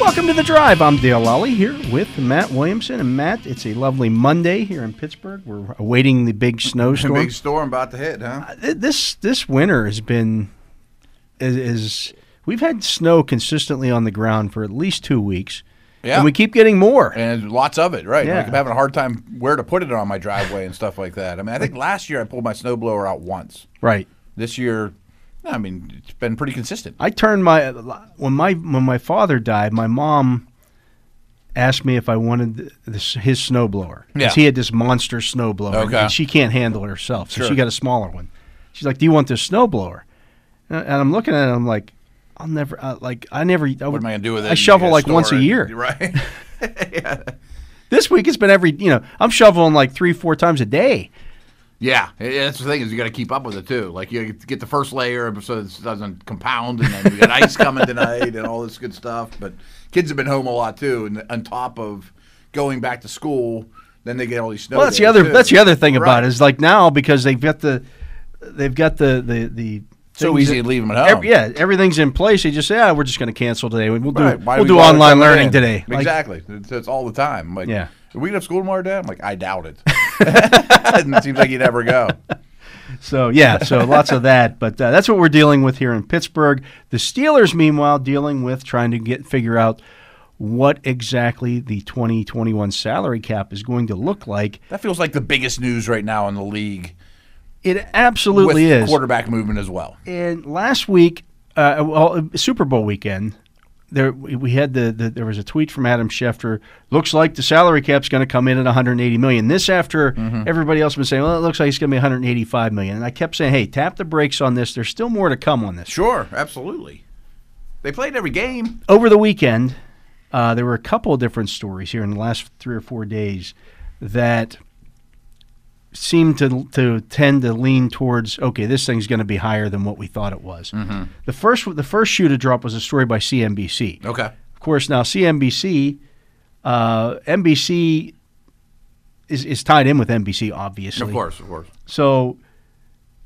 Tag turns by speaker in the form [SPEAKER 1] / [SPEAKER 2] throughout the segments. [SPEAKER 1] Welcome to the drive. I'm Dale Lally here with Matt Williamson. And Matt, it's a lovely Monday here in Pittsburgh. We're awaiting the big snowstorm.
[SPEAKER 2] Big storm about to hit, huh?
[SPEAKER 1] Uh, th- This this winter has been is, is we've had snow consistently on the ground for at least two weeks.
[SPEAKER 2] Yeah.
[SPEAKER 1] And we keep getting more.
[SPEAKER 2] And lots of it, right?
[SPEAKER 1] Yeah.
[SPEAKER 2] Like I'm having a hard time where to put it on my driveway and stuff like that. I mean, I think last year I pulled my snowblower out once.
[SPEAKER 1] Right.
[SPEAKER 2] This year, I mean, it's been pretty consistent.
[SPEAKER 1] I turned my when my when my father died, my mom asked me if I wanted this, his snowblower
[SPEAKER 2] Yeah.
[SPEAKER 1] he had this monster snowblower, and-
[SPEAKER 2] Okay.
[SPEAKER 1] and she can't handle it herself, so she
[SPEAKER 2] Sure.
[SPEAKER 1] got a smaller one. She's like, "Do you want this snowblower?" And, and I'm looking at it, I'm like, "I'll never uh, like I never I
[SPEAKER 2] What am I gonna do with it?
[SPEAKER 1] I shovel like
[SPEAKER 2] Store
[SPEAKER 1] once a
[SPEAKER 2] it,
[SPEAKER 1] year.
[SPEAKER 2] right?
[SPEAKER 1] This week it's been every you know I'm shoveling like three four times a day.
[SPEAKER 2] yeah. yeah, that's the thing is you got to keep up with it too. Like you get the first layer so it doesn't compound, and then we got ice coming tonight and all this good stuff. But kids have been home a lot too, and on top of going back to school, then they get all these snow.
[SPEAKER 1] Well, that's the
[SPEAKER 2] days,
[SPEAKER 1] other
[SPEAKER 2] too.
[SPEAKER 1] that's the other thing about
[SPEAKER 2] Right.
[SPEAKER 1] it is like now because they've got the they've got the the the
[SPEAKER 2] So
[SPEAKER 1] things
[SPEAKER 2] easy
[SPEAKER 1] that-
[SPEAKER 2] to leave 'em at home.
[SPEAKER 1] ev- yeah, everything's in place. They just say, "Ah, we're just going to cancel today. We'll do
[SPEAKER 2] Right, why
[SPEAKER 1] we'll
[SPEAKER 2] we
[SPEAKER 1] do
[SPEAKER 2] bother
[SPEAKER 1] online
[SPEAKER 2] coming
[SPEAKER 1] learning
[SPEAKER 2] in?
[SPEAKER 1] today." Like,
[SPEAKER 2] Exactly. It's, it's all the time. I'm like,
[SPEAKER 1] Yeah.
[SPEAKER 2] Are we gonna have school tomorrow, Dad? I'm like, I doubt it. and it seems like you never go.
[SPEAKER 1] So yeah, so lots of that. But uh, that's what we're dealing with here in Pittsburgh. The Steelers, meanwhile, dealing with trying to get figure out what exactly the 2021 salary cap is going to look like.
[SPEAKER 2] That feels like the biggest news right now in the league.
[SPEAKER 1] It absolutely
[SPEAKER 2] with
[SPEAKER 1] is.
[SPEAKER 2] quarterback movement as well.
[SPEAKER 1] And last week, uh, well, Super Bowl weekend, there we we had the, the there was a tweet from Adam Schefter. Looks like the salary cap's going to come in at 180 million. This after everybody else been saying, well, it looks like it's going to be 185 million. And I kept saying, hey, tap the brakes on this. There's still more to come on this.
[SPEAKER 2] Sure, absolutely. They played every game.
[SPEAKER 1] Over the weekend, uh, there were a couple of different stories here in the last three or four days that seemed to to tend to lean towards okay, this thing's going to be higher than what we thought it was.
[SPEAKER 2] Mm-hmm.
[SPEAKER 1] The first the first shoe to drop was a story by CNBC.
[SPEAKER 2] Okay.
[SPEAKER 1] Of course, now CNBC, uh, NBC is is tied in with NBC, obviously.
[SPEAKER 2] Of course, of course.
[SPEAKER 1] So,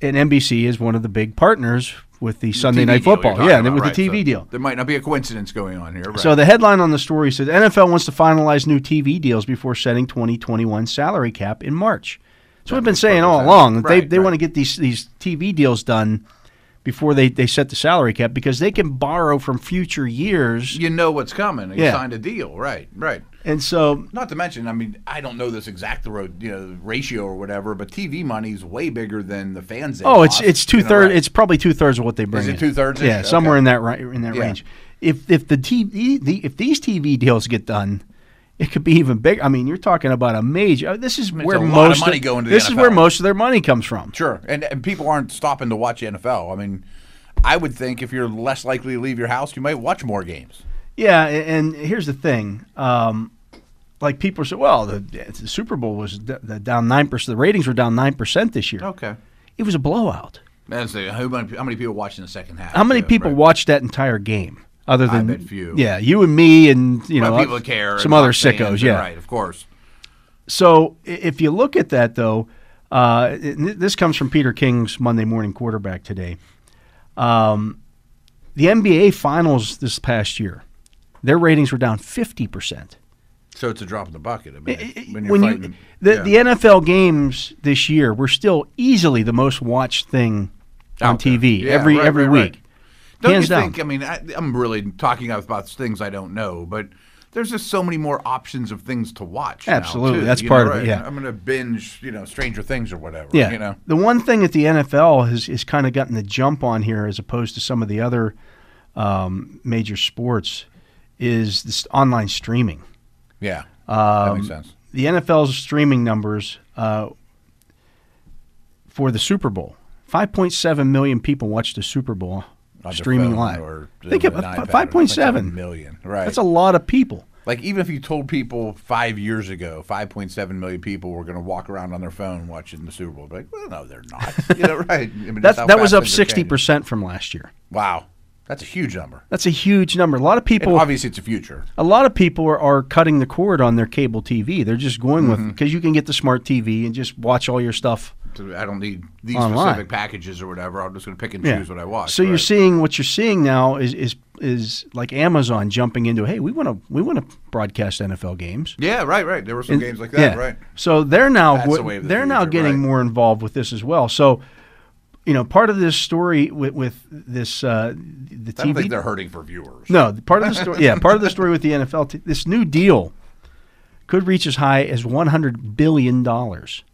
[SPEAKER 1] and NBC is one of the big partners with the Sunday
[SPEAKER 2] TV
[SPEAKER 1] Night
[SPEAKER 2] deal you're
[SPEAKER 1] Football,
[SPEAKER 2] talking
[SPEAKER 1] yeah, and
[SPEAKER 2] about,
[SPEAKER 1] with
[SPEAKER 2] right.
[SPEAKER 1] the TV
[SPEAKER 2] So
[SPEAKER 1] deal.
[SPEAKER 2] There might not be a coincidence going on here. Right.
[SPEAKER 1] So the headline on the story says NFL wants to finalize new TV deals before setting 2021 salary cap in March. So we've been saying all
[SPEAKER 2] sense.
[SPEAKER 1] along that they,
[SPEAKER 2] Right,
[SPEAKER 1] they
[SPEAKER 2] right.
[SPEAKER 1] want to get these these TV deals done before they, they set the salary cap because they can borrow from future years.
[SPEAKER 2] you know what's coming. You
[SPEAKER 1] Yeah.
[SPEAKER 2] signed a deal. Right, right.
[SPEAKER 1] And so
[SPEAKER 2] Not to mention, I mean, I don't know this exact road, you know, ratio or whatever, but TV money's way bigger than the fans. they
[SPEAKER 1] oh, it's
[SPEAKER 2] lost,
[SPEAKER 1] it's
[SPEAKER 2] you
[SPEAKER 1] two
[SPEAKER 2] know,
[SPEAKER 1] thirds.
[SPEAKER 2] right?
[SPEAKER 1] It's probably two thirds of what they bring.
[SPEAKER 2] it
[SPEAKER 1] in.
[SPEAKER 2] two-thirds?
[SPEAKER 1] Yeah,
[SPEAKER 2] Okay.
[SPEAKER 1] somewhere in that ri- in that
[SPEAKER 2] Yeah.
[SPEAKER 1] range. If if the TV the, if these TV deals get done. It could be even bigger. I mean, you're talking about a major. This is where
[SPEAKER 2] a lot of
[SPEAKER 1] most
[SPEAKER 2] money going to the
[SPEAKER 1] this is
[SPEAKER 2] NFL.
[SPEAKER 1] where most of their money comes from.
[SPEAKER 2] Sure, and and people aren't stopping to watch NFL. I mean, I would think if you're less likely to leave your house, you might watch more games.
[SPEAKER 1] Yeah, a- and here's the thing. Um, like people say, well, the, the Super Bowl was d- the down nine percent. The ratings were down nine percent this year.
[SPEAKER 2] Okay.
[SPEAKER 1] It was a blowout.
[SPEAKER 2] That's the, how, many, how many people watched in the second half?
[SPEAKER 1] How many
[SPEAKER 2] Yeah,
[SPEAKER 1] people
[SPEAKER 2] right.
[SPEAKER 1] watched that entire game? Other
[SPEAKER 2] I
[SPEAKER 1] than
[SPEAKER 2] bet few.
[SPEAKER 1] Yeah, you and me, and you
[SPEAKER 2] Well,
[SPEAKER 1] know,
[SPEAKER 2] people care.
[SPEAKER 1] some
[SPEAKER 2] and
[SPEAKER 1] other
[SPEAKER 2] not fans,
[SPEAKER 1] sickos.
[SPEAKER 2] and
[SPEAKER 1] Yeah,
[SPEAKER 2] right. Of course.
[SPEAKER 1] So i- if you look at that, though, uh, th- this comes from Peter King's Monday Morning Quarterback today. Um, the NBA Finals this past year, their ratings were down fifty percent.
[SPEAKER 2] So it's a drop in the bucket. I mean, when you're
[SPEAKER 1] when you
[SPEAKER 2] fighting,
[SPEAKER 1] the,
[SPEAKER 2] yeah.
[SPEAKER 1] the NFL games this year were still easily the most watched thing on
[SPEAKER 2] Out there.
[SPEAKER 1] TV
[SPEAKER 2] Yeah,
[SPEAKER 1] every
[SPEAKER 2] right,
[SPEAKER 1] every
[SPEAKER 2] right, right.
[SPEAKER 1] week.
[SPEAKER 2] Don't
[SPEAKER 1] Hands
[SPEAKER 2] you
[SPEAKER 1] down.
[SPEAKER 2] think? I mean, I, I'm really talking about things I don't know, but there's just so many more options of things to watch. now,
[SPEAKER 1] Absolutely,
[SPEAKER 2] too,
[SPEAKER 1] that's
[SPEAKER 2] you
[SPEAKER 1] part
[SPEAKER 2] know,
[SPEAKER 1] of it,
[SPEAKER 2] right?
[SPEAKER 1] yeah.
[SPEAKER 2] I'm gonna binge, you know, Stranger Things or whatever.
[SPEAKER 1] Yeah,
[SPEAKER 2] You know,
[SPEAKER 1] the one thing that the NFL has is kind of gotten the jump on here, as opposed to some of the other um, major sports, is this online streaming.
[SPEAKER 2] yeah. that
[SPEAKER 1] Um,
[SPEAKER 2] makes sense.
[SPEAKER 1] The NFL's streaming numbers uh, for the Super Bowl: five point seven million people watched the Super Bowl
[SPEAKER 2] on their
[SPEAKER 1] streaming
[SPEAKER 2] phone
[SPEAKER 1] live.
[SPEAKER 2] or
[SPEAKER 1] Think
[SPEAKER 2] an
[SPEAKER 1] of uh,
[SPEAKER 2] iPad or something,
[SPEAKER 1] five point
[SPEAKER 2] like a
[SPEAKER 1] seven.
[SPEAKER 2] million. Right.
[SPEAKER 1] That's a lot of people.
[SPEAKER 2] Like even if you told people five years ago, five point seven million people were going to walk around on their phone watching the Super Bowl, be like, well, no, they're not. You know, right? I mean,
[SPEAKER 1] That's,
[SPEAKER 2] just how
[SPEAKER 1] that was
[SPEAKER 2] fast
[SPEAKER 1] up
[SPEAKER 2] things are
[SPEAKER 1] sixty
[SPEAKER 2] changing.
[SPEAKER 1] percent from last year.
[SPEAKER 2] Wow, that's a huge number.
[SPEAKER 1] That's a huge number. A lot of
[SPEAKER 2] And
[SPEAKER 1] people.
[SPEAKER 2] obviously, it's a future.
[SPEAKER 1] A lot of people are, are cutting the cord on their cable TV. They're just going
[SPEAKER 2] Mm-hmm.
[SPEAKER 1] with because you can get the smart TV and just watch all your stuff
[SPEAKER 2] I don't need these
[SPEAKER 1] Online.
[SPEAKER 2] specific packages or whatever. I'm just going to pick and choose what I watch.
[SPEAKER 1] So you're
[SPEAKER 2] right?
[SPEAKER 1] seeing what you're seeing now is is is like Amazon jumping into hey we want to we want to broadcast NFL games.
[SPEAKER 2] yeah, right, right. There were some games like that,
[SPEAKER 1] yeah.
[SPEAKER 2] right?
[SPEAKER 1] So they're now
[SPEAKER 2] That's the way of the
[SPEAKER 1] they're now
[SPEAKER 2] future,
[SPEAKER 1] getting
[SPEAKER 2] right.
[SPEAKER 1] more involved with this as well. So you know part of this story with, with this uh, the
[SPEAKER 2] I don't
[SPEAKER 1] TV
[SPEAKER 2] think they're hurting for viewers.
[SPEAKER 1] no the part of the story yeah part of the story with the NFL t- this new deal could reach as high as 100 billion dollars.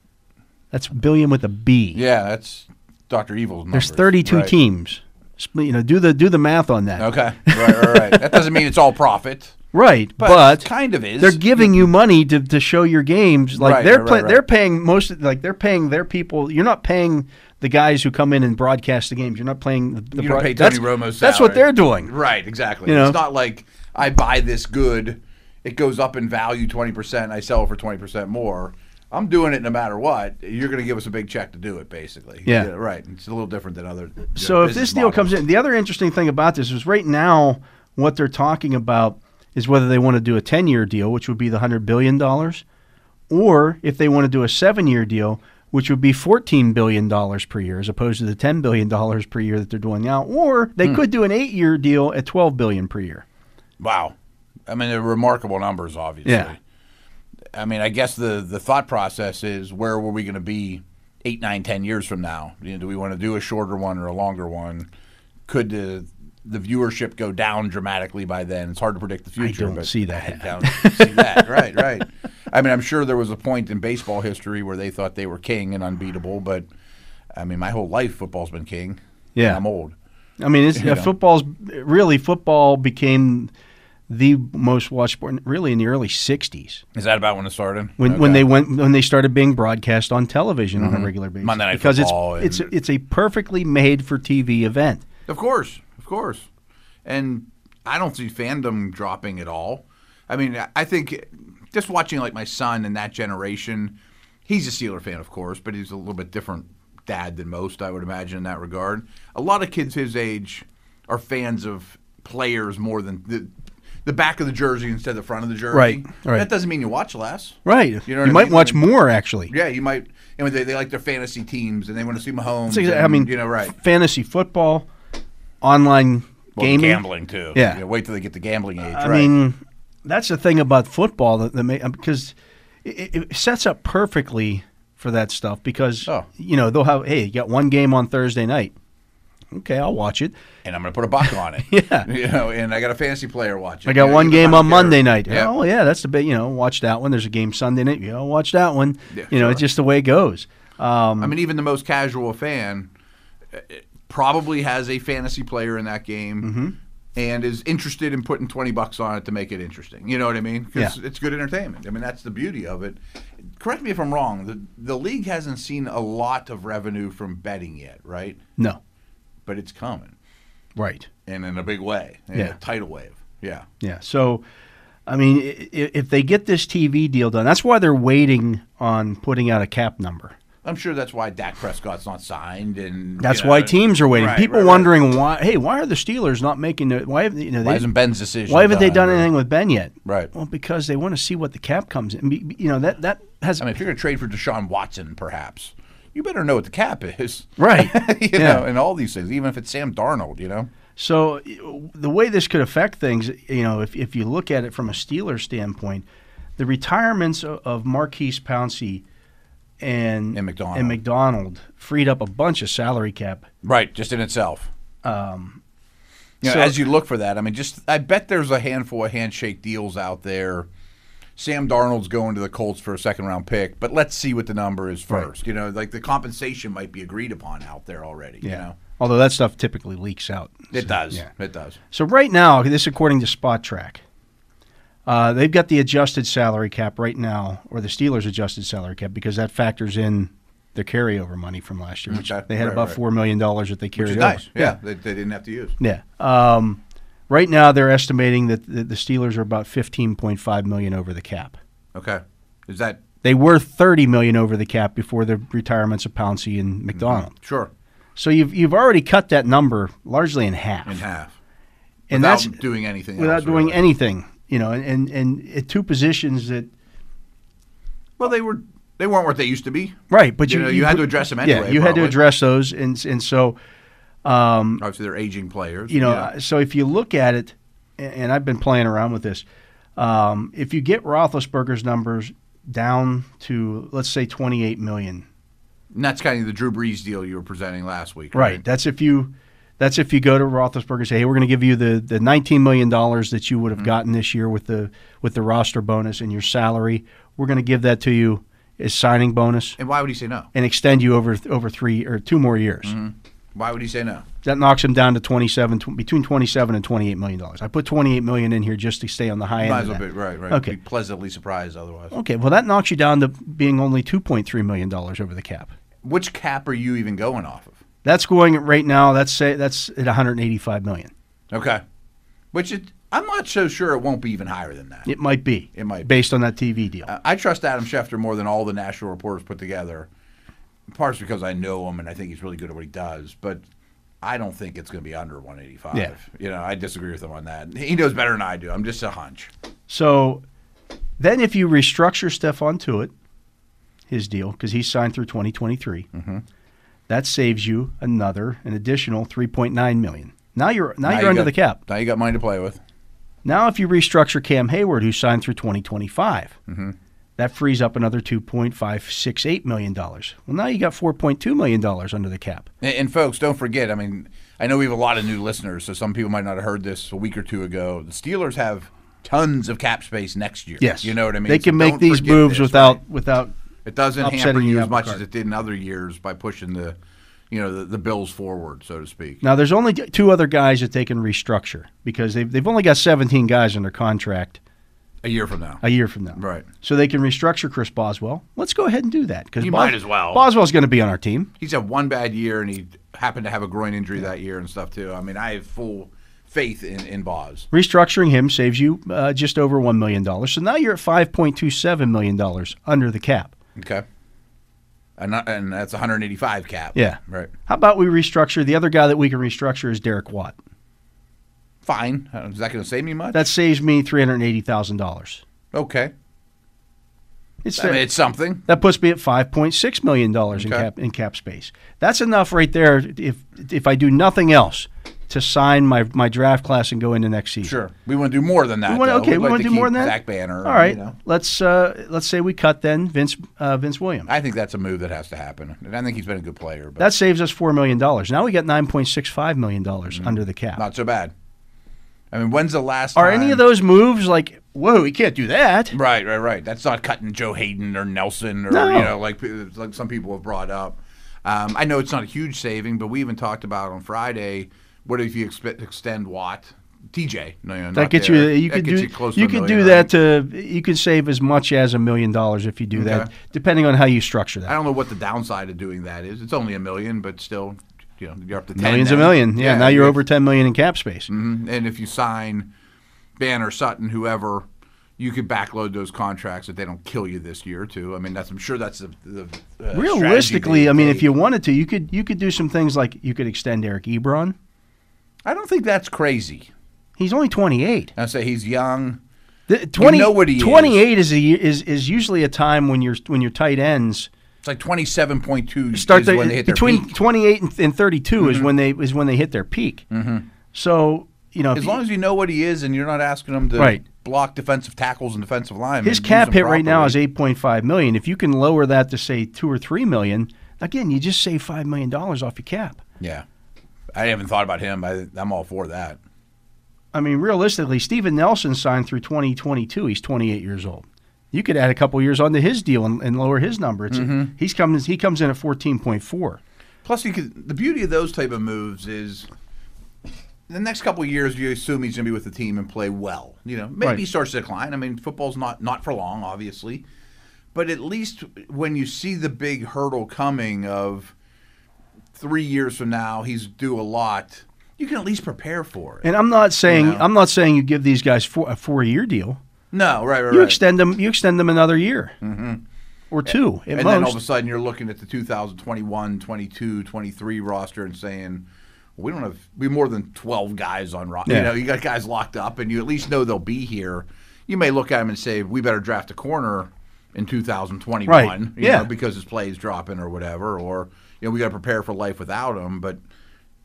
[SPEAKER 1] That's billion with a B.
[SPEAKER 2] Yeah, that's Doctor Evil's. Numbers.
[SPEAKER 1] There's 32
[SPEAKER 2] right.
[SPEAKER 1] teams. Split- You know, do the do the math on that.
[SPEAKER 2] Okay, right, right, right. That doesn't mean it's all profit,
[SPEAKER 1] Right,
[SPEAKER 2] but,
[SPEAKER 1] but,
[SPEAKER 2] kind of is.
[SPEAKER 1] they're giving you money to, to show your games. Like
[SPEAKER 2] Right,
[SPEAKER 1] they're
[SPEAKER 2] right,
[SPEAKER 1] pla-
[SPEAKER 2] right, right.
[SPEAKER 1] they're paying most of- like they're paying their people. You're not paying the guys who come in and broadcast the games. You're not playing the, the
[SPEAKER 2] You don't
[SPEAKER 1] broad-
[SPEAKER 2] pay Tony
[SPEAKER 1] that's,
[SPEAKER 2] Romo's
[SPEAKER 1] That's what
[SPEAKER 2] salary.
[SPEAKER 1] they're doing.
[SPEAKER 2] Right, exactly.
[SPEAKER 1] You
[SPEAKER 2] It's
[SPEAKER 1] know?
[SPEAKER 2] not like I buy this good, it goes up in value 20%, I sell it for 20% more. I'm doing it no matter what. You're going to give us a big check to do it, basically.
[SPEAKER 1] Yeah.
[SPEAKER 2] right. It's a little different than other. you know,
[SPEAKER 1] So if
[SPEAKER 2] business
[SPEAKER 1] this deal
[SPEAKER 2] models.
[SPEAKER 1] comes in, the other interesting thing about this is right now what they're talking about is whether they want to do a 10-year deal, which would be the 100 billion dollars, or if they want to do a 7-year deal, which would be 14 billion dollars per year as opposed to the 10 billion dollars per year that they're doing now, or
[SPEAKER 2] Hmm.
[SPEAKER 1] they could do an 8-year deal at 12 billion per year.
[SPEAKER 2] Wow. I mean, they're remarkable numbers, obviously.
[SPEAKER 1] Yeah.
[SPEAKER 2] I mean, I guess the, the thought process is where were we going to be eight, nine, ten years from now? You know, do we want to do a shorter one or a longer one? Could the, the viewership go down dramatically by then? It's hard to predict the future.
[SPEAKER 1] don't
[SPEAKER 2] but
[SPEAKER 1] see that
[SPEAKER 2] I don't see that. Right, right. I mean, I'm sure there was a point in baseball history where they thought they were king and unbeatable, but I mean, my whole life football's been king.
[SPEAKER 1] Yeah.
[SPEAKER 2] I'm old.
[SPEAKER 1] I mean, it's,
[SPEAKER 2] You
[SPEAKER 1] uh,
[SPEAKER 2] know.
[SPEAKER 1] football's really football became the most watched sport in- really in the early '60s
[SPEAKER 2] Is that about when it started?
[SPEAKER 1] when, when
[SPEAKER 2] Okay. Mm-hmm.
[SPEAKER 1] they went when they started being broadcast on television on a regular basis.
[SPEAKER 2] Monday Night
[SPEAKER 1] because
[SPEAKER 2] Football
[SPEAKER 1] it's
[SPEAKER 2] and-
[SPEAKER 1] it's it's a perfectly made for TV event.
[SPEAKER 2] Of course, of course. And I don't see fandom dropping at all. I mean, I- I think just watching like my son and that generation, he's a Steeler fan, of course, but he's a little bit different dad than most, I would imagine, in that regard. A lot of kids his age are fans of players more than the the back of the jersey instead of the front of the jersey.
[SPEAKER 1] Right, right.
[SPEAKER 2] That doesn't mean you watch less.
[SPEAKER 1] Right.
[SPEAKER 2] You know what
[SPEAKER 1] you
[SPEAKER 2] I
[SPEAKER 1] might
[SPEAKER 2] mean?
[SPEAKER 1] watch
[SPEAKER 2] I mean-
[SPEAKER 1] more actually.
[SPEAKER 2] Yeah, you might. I mean, they, they like their fantasy teams and they want to see Mahomes.
[SPEAKER 1] That's exa- I
[SPEAKER 2] and,
[SPEAKER 1] mean,
[SPEAKER 2] you know, right.
[SPEAKER 1] Fantasy football, online
[SPEAKER 2] Well,
[SPEAKER 1] gaming.
[SPEAKER 2] gambling too.
[SPEAKER 1] Yeah.
[SPEAKER 2] You know, wait till they get to gambling age.
[SPEAKER 1] I
[SPEAKER 2] right.
[SPEAKER 1] mean, that's the thing about football that, that may, because it, it sets up perfectly for that stuff. Because
[SPEAKER 2] Oh.
[SPEAKER 1] you know they'll have hey, you got one game on Thursday night. Okay, I'll watch it.
[SPEAKER 2] and I'm going to put a buck on it.
[SPEAKER 1] Yeah.
[SPEAKER 2] You know, and I got a fantasy player watching.
[SPEAKER 1] I got one game on Monday night.
[SPEAKER 2] Yeah.
[SPEAKER 1] Oh yeah, that's the bit. You know, watch that one. There's a game Sunday night. You know, watch that one.
[SPEAKER 2] Yeah,
[SPEAKER 1] you know,
[SPEAKER 2] sure.
[SPEAKER 1] it's just the way it goes. Um,
[SPEAKER 2] I mean, even the most casual fan uh, probably has a fantasy player in that game
[SPEAKER 1] Mm-hmm.
[SPEAKER 2] and is interested in putting 20 bucks on it to make it interesting. You know what I mean? Because
[SPEAKER 1] Yeah.
[SPEAKER 2] it's good entertainment. I mean, that's the beauty of it. Correct me if I'm wrong. The, the league hasn't seen a lot of revenue from betting yet, right?
[SPEAKER 1] no,
[SPEAKER 2] But it's coming
[SPEAKER 1] right.
[SPEAKER 2] and in a big way, in
[SPEAKER 1] Yeah.
[SPEAKER 2] a tidal wave. Yeah.
[SPEAKER 1] Yeah. So, I mean, i- i- if they get this TV deal done, that's why they're waiting on putting out a cap number.
[SPEAKER 2] I'm sure that's why Dak Prescott's not signed, and
[SPEAKER 1] That's
[SPEAKER 2] you know,
[SPEAKER 1] why teams are waiting.
[SPEAKER 2] right,
[SPEAKER 1] People
[SPEAKER 2] right, right.
[SPEAKER 1] wondering why. Hey, why are the Steelers not making it? Why have you know?
[SPEAKER 2] Why
[SPEAKER 1] they-
[SPEAKER 2] isn't Ben's decision?
[SPEAKER 1] why haven't they done anything with Ben yet?
[SPEAKER 2] Right.
[SPEAKER 1] Well, because they want to see what the cap comes in. Be- be- You know that that has
[SPEAKER 2] I mean, if you're going to trade for Deshaun Watson, perhaps you better know what the cap is,
[SPEAKER 1] Right.
[SPEAKER 2] you
[SPEAKER 1] Yeah.
[SPEAKER 2] know, and all these things, even if it's Sam Darnold, you know.
[SPEAKER 1] So y- the way this could affect things, you know, if, if you look at it from a Steelers standpoint, the retirements of, of Marquise Pouncey and
[SPEAKER 2] And McDonald.
[SPEAKER 1] and McDonald freed up a bunch of salary cap.
[SPEAKER 2] Right, just in itself.
[SPEAKER 1] Um,
[SPEAKER 2] You know,
[SPEAKER 1] So-
[SPEAKER 2] as you look for that, I mean, just I bet there's a handful of handshake deals out there. Sam Darnold's going to the Colts for a second round pick, but let's see what the number is first. You know, like the compensation might be agreed upon out there already. You know,
[SPEAKER 1] Although that stuff typically leaks out.
[SPEAKER 2] it
[SPEAKER 1] So,
[SPEAKER 2] does.
[SPEAKER 1] yeah.
[SPEAKER 2] It does.
[SPEAKER 1] So right now, this is according to Spot Track. Uh, they've got the adjusted salary cap right now, or the Steelers' adjusted salary cap, because that factors in their carryover money from last year, which
[SPEAKER 2] Okay.
[SPEAKER 1] they had
[SPEAKER 2] Mm, Right,
[SPEAKER 1] about
[SPEAKER 2] right.
[SPEAKER 1] four million dollars that they carried
[SPEAKER 2] Which is
[SPEAKER 1] over.
[SPEAKER 2] nice. Yeah, They, they didn't have to use.
[SPEAKER 1] Yeah. Um, right now, they're estimating that the, the Steelers are about fifteen point five million over the cap.
[SPEAKER 2] Okay, is that
[SPEAKER 1] They were thirty million over the cap before the retirements of Pouncey
[SPEAKER 2] Mm-hmm.
[SPEAKER 1] and McDonald.
[SPEAKER 2] sure
[SPEAKER 1] So you've you've already cut that number largely in half,
[SPEAKER 2] in half?
[SPEAKER 1] and
[SPEAKER 2] without
[SPEAKER 1] that's
[SPEAKER 2] doing anything.
[SPEAKER 1] without
[SPEAKER 2] else,
[SPEAKER 1] doing
[SPEAKER 2] really.
[SPEAKER 1] anything. You know, and and, and at two positions that
[SPEAKER 2] Well, they were they weren't what they used to be.
[SPEAKER 1] right, but
[SPEAKER 2] You
[SPEAKER 1] you
[SPEAKER 2] know, you had to address them
[SPEAKER 1] Yeah,
[SPEAKER 2] anyway,
[SPEAKER 1] you had to
[SPEAKER 2] probably.
[SPEAKER 1] address those, and and so
[SPEAKER 2] Obviously, they're aging players.
[SPEAKER 1] you know,
[SPEAKER 2] yeah.
[SPEAKER 1] so if you look at it, a- and I've been playing around with this, um, if you get Roethlisberger's numbers down to let's say 28 million,
[SPEAKER 2] and that's kind of the Drew Brees deal you were presenting last week.
[SPEAKER 1] That's if you, that's if you go to Roethlisberger and say, hey, we're going to give you the the 19 million dollars that you would
[SPEAKER 2] Mm-hmm.
[SPEAKER 1] have gotten this year with the with the roster bonus and your salary, we're going to give that to you as signing bonus
[SPEAKER 2] And why would he say no?
[SPEAKER 1] and extend you over over three or two more years.
[SPEAKER 2] Mm-hmm. Why would he say no?
[SPEAKER 1] that knocks him down to 27 tw- between 27 and 28 million dollars i put 28 million in here just to stay on the high end
[SPEAKER 2] Might as
[SPEAKER 1] of
[SPEAKER 2] well be
[SPEAKER 1] that.
[SPEAKER 2] right. Right.
[SPEAKER 1] Okay.
[SPEAKER 2] Be pleasantly surprised otherwise.
[SPEAKER 1] okay well that knocks you down to being only 2.3 million dollars over the cap
[SPEAKER 2] Which cap are you even going off of?
[SPEAKER 1] that's going right now that's say that's at 185 million
[SPEAKER 2] Okay. Which it, I'm not so sure it won't be even higher than that.
[SPEAKER 1] it might be
[SPEAKER 2] It might be. Uh,
[SPEAKER 1] based on that tv deal
[SPEAKER 2] I- I trust Adam Schefter more than all the national reporters put together. Part's because I know him and I think he's really good at what he does, but I don't think it's going to be under 185.
[SPEAKER 1] Yeah.
[SPEAKER 2] You know, I disagree with him on that. He knows better than I do. I'm just a hunch.
[SPEAKER 1] so then if you restructure stefan Tuitt, his deal because he's signed through 2023
[SPEAKER 2] Mm-hmm.
[SPEAKER 1] that saves you another an additional 3.9 million now you're now,
[SPEAKER 2] Now
[SPEAKER 1] you're
[SPEAKER 2] you
[SPEAKER 1] under
[SPEAKER 2] got-
[SPEAKER 1] the cap
[SPEAKER 2] Now you got money to play with.
[SPEAKER 1] Now, if you restructure Cam Hayward, who signed through 2025,
[SPEAKER 2] Mm-hmm.
[SPEAKER 1] that frees up another 2.568 million dollars. Well, now you got 4.2 million dollars under the cap.
[SPEAKER 2] And, and folks, don't forget. I mean, I know we have a lot of new listeners, so some people might not have heard this a week or two ago. The Steelers have tons of cap space next year. you know what I mean.
[SPEAKER 1] They
[SPEAKER 2] So
[SPEAKER 1] can make
[SPEAKER 2] don't
[SPEAKER 1] these
[SPEAKER 2] forget
[SPEAKER 1] moves
[SPEAKER 2] this,
[SPEAKER 1] without
[SPEAKER 2] right?
[SPEAKER 1] without.
[SPEAKER 2] It doesn't hamper
[SPEAKER 1] upsetting
[SPEAKER 2] you
[SPEAKER 1] the
[SPEAKER 2] as
[SPEAKER 1] apple
[SPEAKER 2] much
[SPEAKER 1] cart.
[SPEAKER 2] as it did in other years by pushing the, you know, the, the Bills forward, so to speak.
[SPEAKER 1] Now, there's only two other guys that they can restructure because they've they've only got 17 guys under contract
[SPEAKER 2] A year from now,
[SPEAKER 1] a year from now.
[SPEAKER 2] Right.
[SPEAKER 1] So they can restructure Chris Boswell. Let's go ahead and do that because
[SPEAKER 2] You might as well.
[SPEAKER 1] Boswell's going to be on our team.
[SPEAKER 2] he's had one bad year, and he happened to have a groin injury that year and stuff too. I mean, I have full faith in in Boz.
[SPEAKER 1] Restructuring him saves you uh, just over one million dollars. So now you're at 5.27 million dollars under the cap.
[SPEAKER 2] Okay, and not- and that's 185 cap.
[SPEAKER 1] Yeah.
[SPEAKER 2] right.
[SPEAKER 1] How about we restructure? The other guy that we can restructure is Derek Watt.
[SPEAKER 2] Fine. Uh, Is that going to save me much?
[SPEAKER 1] That saves me three hundred eighty thousand dollars.
[SPEAKER 2] okay.
[SPEAKER 1] It's
[SPEAKER 2] I
[SPEAKER 1] there.
[SPEAKER 2] mean, it's something.
[SPEAKER 1] that puts me at five point six million dollars in
[SPEAKER 2] Okay.
[SPEAKER 1] cap in cap space. That's enough right there. If if I do nothing else, to sign my my draft class and go into next season.
[SPEAKER 2] Sure, we want to do more than that.
[SPEAKER 1] We wanna-
[SPEAKER 2] though.
[SPEAKER 1] okay,
[SPEAKER 2] We'd
[SPEAKER 1] we
[SPEAKER 2] like
[SPEAKER 1] want to do
[SPEAKER 2] keep
[SPEAKER 1] more than that.
[SPEAKER 2] Zach Banner.
[SPEAKER 1] All right,
[SPEAKER 2] you know.
[SPEAKER 1] let's uh, let's say we cut then Vince uh, Vince Williams.
[SPEAKER 2] I think that's a move that has to happen, and I think he's been a good player, but
[SPEAKER 1] that saves us four million dollars. Now we got nine point six five million dollars under the cap.
[SPEAKER 2] Mm. not so bad. I mean, when's the last?
[SPEAKER 1] Are any
[SPEAKER 2] time-
[SPEAKER 1] of those moves like whoa? We can't do that.
[SPEAKER 2] Right, right, right. That's not cutting Joe Hayden or Nelson or
[SPEAKER 1] No.
[SPEAKER 2] you know like pe- like some people have brought up. Um, I know it's not a huge saving, but we even talked about on Friday. What if you expe- extend Watt, TJ? No, no,
[SPEAKER 1] That
[SPEAKER 2] not
[SPEAKER 1] gets
[SPEAKER 2] there.
[SPEAKER 1] you. You
[SPEAKER 2] That
[SPEAKER 1] can
[SPEAKER 2] gets
[SPEAKER 1] do.
[SPEAKER 2] You, close to
[SPEAKER 1] You
[SPEAKER 2] a
[SPEAKER 1] can
[SPEAKER 2] million,
[SPEAKER 1] do
[SPEAKER 2] right?
[SPEAKER 1] that to. You can save as much as a million dollars if you do that,
[SPEAKER 2] Okay. Uh,
[SPEAKER 1] depending on how you structure
[SPEAKER 2] I
[SPEAKER 1] that.
[SPEAKER 2] don't know what the downside of doing that is. It's only a million, but still, you know, you're up to ten.
[SPEAKER 1] Millions a
[SPEAKER 2] now.
[SPEAKER 1] million. Yeah. now you're
[SPEAKER 2] if-
[SPEAKER 1] over ten million in cap space.
[SPEAKER 2] Mhm. And if you sign Banner, Sutton, whoever, you could backload those contracts if they don't kill you this year too. I mean, that's I'm sure that's the, the uh, strategy
[SPEAKER 1] Realistically,
[SPEAKER 2] they
[SPEAKER 1] I mean,
[SPEAKER 2] take.
[SPEAKER 1] if you wanted to, you could. You could do some things like you could extend Eric Ebron.
[SPEAKER 2] I don't think that's crazy.
[SPEAKER 1] He's only 28.
[SPEAKER 2] I say he's young.
[SPEAKER 1] The- 20,
[SPEAKER 2] know what he is.
[SPEAKER 1] 28 is. a ye- is is usually a time when your when your tight ends
[SPEAKER 2] It's like twenty seven point two
[SPEAKER 1] start
[SPEAKER 2] is
[SPEAKER 1] their-
[SPEAKER 2] when they hit
[SPEAKER 1] between
[SPEAKER 2] their peak. Mm-hmm.
[SPEAKER 1] 28 and, and 32 is when they is when they hit their peak. So you know, if
[SPEAKER 2] As
[SPEAKER 1] you-
[SPEAKER 2] long as you know what he is, and you're not asking him to
[SPEAKER 1] Right.
[SPEAKER 2] block defensive tackles and defensive linemen.
[SPEAKER 1] His
[SPEAKER 2] use
[SPEAKER 1] cap
[SPEAKER 2] them
[SPEAKER 1] hit right now
[SPEAKER 2] properly.
[SPEAKER 1] is eight point five million. If you can lower that to say two or three million, again, you just save five million dollars off your cap.
[SPEAKER 2] Yeah, I haven't thought about him. I, I'm all for that.
[SPEAKER 1] I mean, realistically, Steven Nelson signed through twenty twenty two. He's twenty eight years old. You could add a couple years onto his deal and, and lower his number. It's,
[SPEAKER 2] Mm-hmm.
[SPEAKER 1] He's comes he comes in at fourteen point four.
[SPEAKER 2] Plus, you could, the beauty of those type of moves is the next couple of years you assume he's going to be with the team and play well. You know, maybe
[SPEAKER 1] Right.
[SPEAKER 2] he starts to decline. I mean, football's not not for long, obviously, But at least when you see the big hurdle coming of three years from now, he's due a lot. You can at least prepare for it.
[SPEAKER 1] And I'm not saying
[SPEAKER 2] You know.
[SPEAKER 1] I'm not saying you give these guys four, a four year deal.
[SPEAKER 2] No, right, right,
[SPEAKER 1] You
[SPEAKER 2] right. Mm-hmm.
[SPEAKER 1] extend them. You extend them another year or two at
[SPEAKER 2] and
[SPEAKER 1] most.
[SPEAKER 2] then all of a sudden you're looking at the 2021, 22, 23 roster and saying, we don't have we have more than 12 guys on roster.
[SPEAKER 1] Yeah.
[SPEAKER 2] You know, you got guys locked up and you at least know they'll be here. You may look at them and say, we better draft a corner in 2021,
[SPEAKER 1] Right.
[SPEAKER 2] you
[SPEAKER 1] Yeah.
[SPEAKER 2] know, because his play is dropping or whatever, or you know, we got to prepare for life without him. But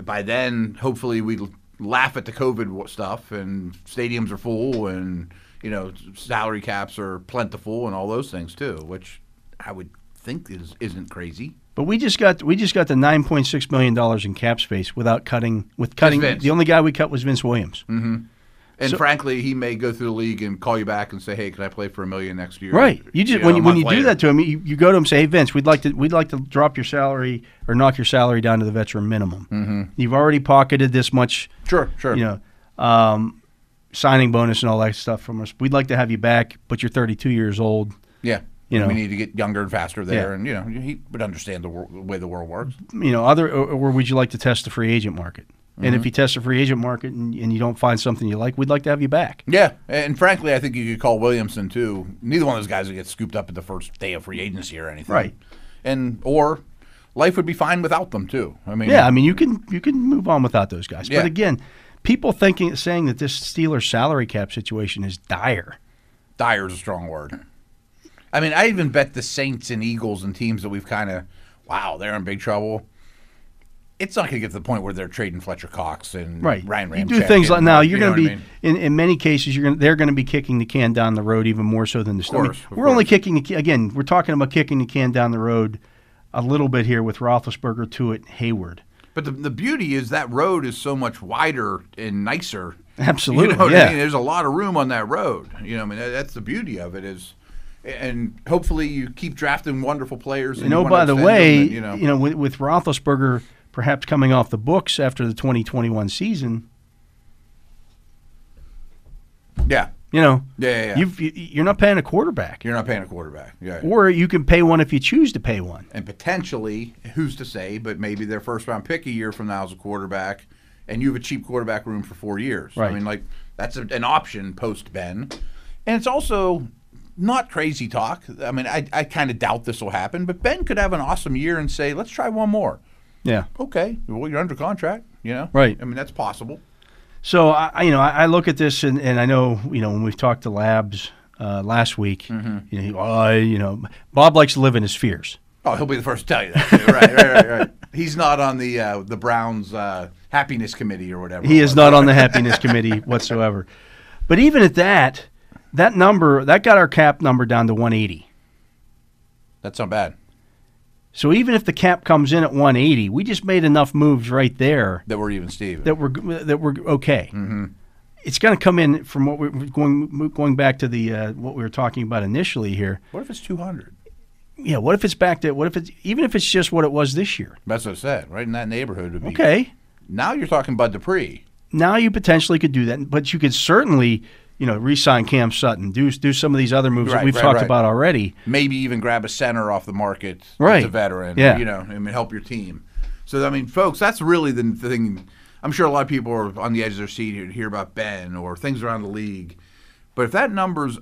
[SPEAKER 2] by then, hopefully, we l- laugh at the COVID wa- stuff and stadiums are full and you know s- salary caps are plentiful and all those things too, which I would think is isn't crazy.
[SPEAKER 1] But we just got we just got the nine point six million dollars in cap space without cutting with cutting.
[SPEAKER 2] Vince. Mm-hmm.
[SPEAKER 1] The only guy we cut was Vince Williams.
[SPEAKER 2] And frankly, he may go through the league and call you back and say, "Hey, can I play for a million next year?"
[SPEAKER 1] Right. You just when
[SPEAKER 2] know,
[SPEAKER 1] you,
[SPEAKER 2] a
[SPEAKER 1] when
[SPEAKER 2] month
[SPEAKER 1] you do
[SPEAKER 2] later.
[SPEAKER 1] that to him, you, you go to him and say, "Hey Vince, we'd like to we'd like to drop your salary or knock your salary down to the veteran minimum. Mm-hmm. You've already pocketed this much,
[SPEAKER 2] Sure, sure.
[SPEAKER 1] you know, um, signing bonus and all that stuff from us. We'd like to have you back, but you're 32 years old.
[SPEAKER 2] yeah.
[SPEAKER 1] you know.
[SPEAKER 2] we need to get younger and faster there,
[SPEAKER 1] Yeah.
[SPEAKER 2] and you know he would understand the, wor- the way the world works.
[SPEAKER 1] You know, other or, or would you like to test the free agent market? And
[SPEAKER 2] Mm-hmm.
[SPEAKER 1] if you test the free agent market and, and you don't find something you like, we'd like to have you back.
[SPEAKER 2] Yeah, and frankly, I think you could call Williamson too. Neither one of those guys would get scooped up at the first day of free agency or anything,
[SPEAKER 1] Right.
[SPEAKER 2] And or life would be fine without them too. I mean,
[SPEAKER 1] Yeah, I mean you can you can move on without those guys.
[SPEAKER 2] Yeah.
[SPEAKER 1] But again, people thinking saying that this Steelers salary cap situation is dire.
[SPEAKER 2] dire is a strong word. I mean, I even bet the Saints and Eagles and teams that we've kind of, wow, they're in big trouble. It's not going to get to the point where they're trading Fletcher Cox and
[SPEAKER 1] Right.
[SPEAKER 2] Ryan
[SPEAKER 1] you
[SPEAKER 2] Ramchick.
[SPEAKER 1] do things like
[SPEAKER 2] and,
[SPEAKER 1] now you're
[SPEAKER 2] you know
[SPEAKER 1] going to
[SPEAKER 2] what
[SPEAKER 1] be
[SPEAKER 2] I mean?
[SPEAKER 1] in, in many cases you're going they're going to be kicking the can down the road even more so than the Steelers.
[SPEAKER 2] course, of
[SPEAKER 1] we're only
[SPEAKER 2] course.
[SPEAKER 1] kicking the, ca- again, we're talking about kicking the can down the road a little bit here with Roethlisberger to it Hayward.
[SPEAKER 2] But the, the beauty is that road is so much wider and nicer.
[SPEAKER 1] Absolutely,
[SPEAKER 2] you know what
[SPEAKER 1] yeah.
[SPEAKER 2] I mean? There's a lot of room on that road. You know, I mean, that, that's the beauty of it is, and hopefully you keep drafting wonderful players. And
[SPEAKER 1] You know,
[SPEAKER 2] wanna
[SPEAKER 1] oh, by the
[SPEAKER 2] extend them
[SPEAKER 1] way,
[SPEAKER 2] and,
[SPEAKER 1] you know, with, with Roethlisberger perhaps coming off the books after the 2021 season,
[SPEAKER 2] yeah,
[SPEAKER 1] you know,
[SPEAKER 2] Yeah, yeah, yeah.
[SPEAKER 1] you've- you- you're not paying a quarterback.
[SPEAKER 2] you're not paying a quarterback. Yeah,
[SPEAKER 1] or you can pay one if you choose to pay one.
[SPEAKER 2] and potentially, who's to say, but maybe their first round pick a year from now is a quarterback, and you have a cheap quarterback room for four years.
[SPEAKER 1] Right.
[SPEAKER 2] I mean, like, that's a, an option post Ben. And it's also not crazy talk. I mean, I, I kind of doubt this will happen, but Ben could have an awesome year and say, let's try one more.
[SPEAKER 1] Yeah.
[SPEAKER 2] Okay. Well, you're under contract, you know?
[SPEAKER 1] Right.
[SPEAKER 2] I mean, that's possible.
[SPEAKER 1] So I, I- you know, I, I look at this and, and I know you know when we've talked to Labs uh, last week, you know, he- "Oh, you know, Bob likes to live in his fears.
[SPEAKER 2] Oh, he'll be the first to tell you that. too. right, right, right, right. He's not on the uh, the Browns uh, happiness committee or whatever.
[SPEAKER 1] He
[SPEAKER 2] it
[SPEAKER 1] is
[SPEAKER 2] was.
[SPEAKER 1] not on the happiness committee whatsoever. But even at that, that number that got our cap number down to 180.
[SPEAKER 2] That's not bad.
[SPEAKER 1] So even if the cap comes in at 180, we just made enough moves right there
[SPEAKER 2] That we're even, Steve.
[SPEAKER 1] that we're that we're okay. It's going to come in from what we're going going back to the uh, what we were talking about initially here.
[SPEAKER 2] What if it's 200?
[SPEAKER 1] Yeah, what if it's back to what if it's even if it's just what it was this year?
[SPEAKER 2] That's what I said. Right in that neighborhood would be.
[SPEAKER 1] Okay.
[SPEAKER 2] Now you're talking Bud Dupree.
[SPEAKER 1] Now you potentially could do that, but you could certainly, you know, re-sign Cam Sutton, do do some of these other moves that
[SPEAKER 2] Right,
[SPEAKER 1] we've
[SPEAKER 2] right,
[SPEAKER 1] talked
[SPEAKER 2] right.
[SPEAKER 1] about already.
[SPEAKER 2] Maybe even grab a center off the market. that's
[SPEAKER 1] Right.
[SPEAKER 2] A veteran.
[SPEAKER 1] Yeah.
[SPEAKER 2] You know, I mean, help your team. So, I mean, folks, that's really the the thing. I'm sure a lot of people are on the edge of their seat here to hear about Ben or things around the league. But if that number's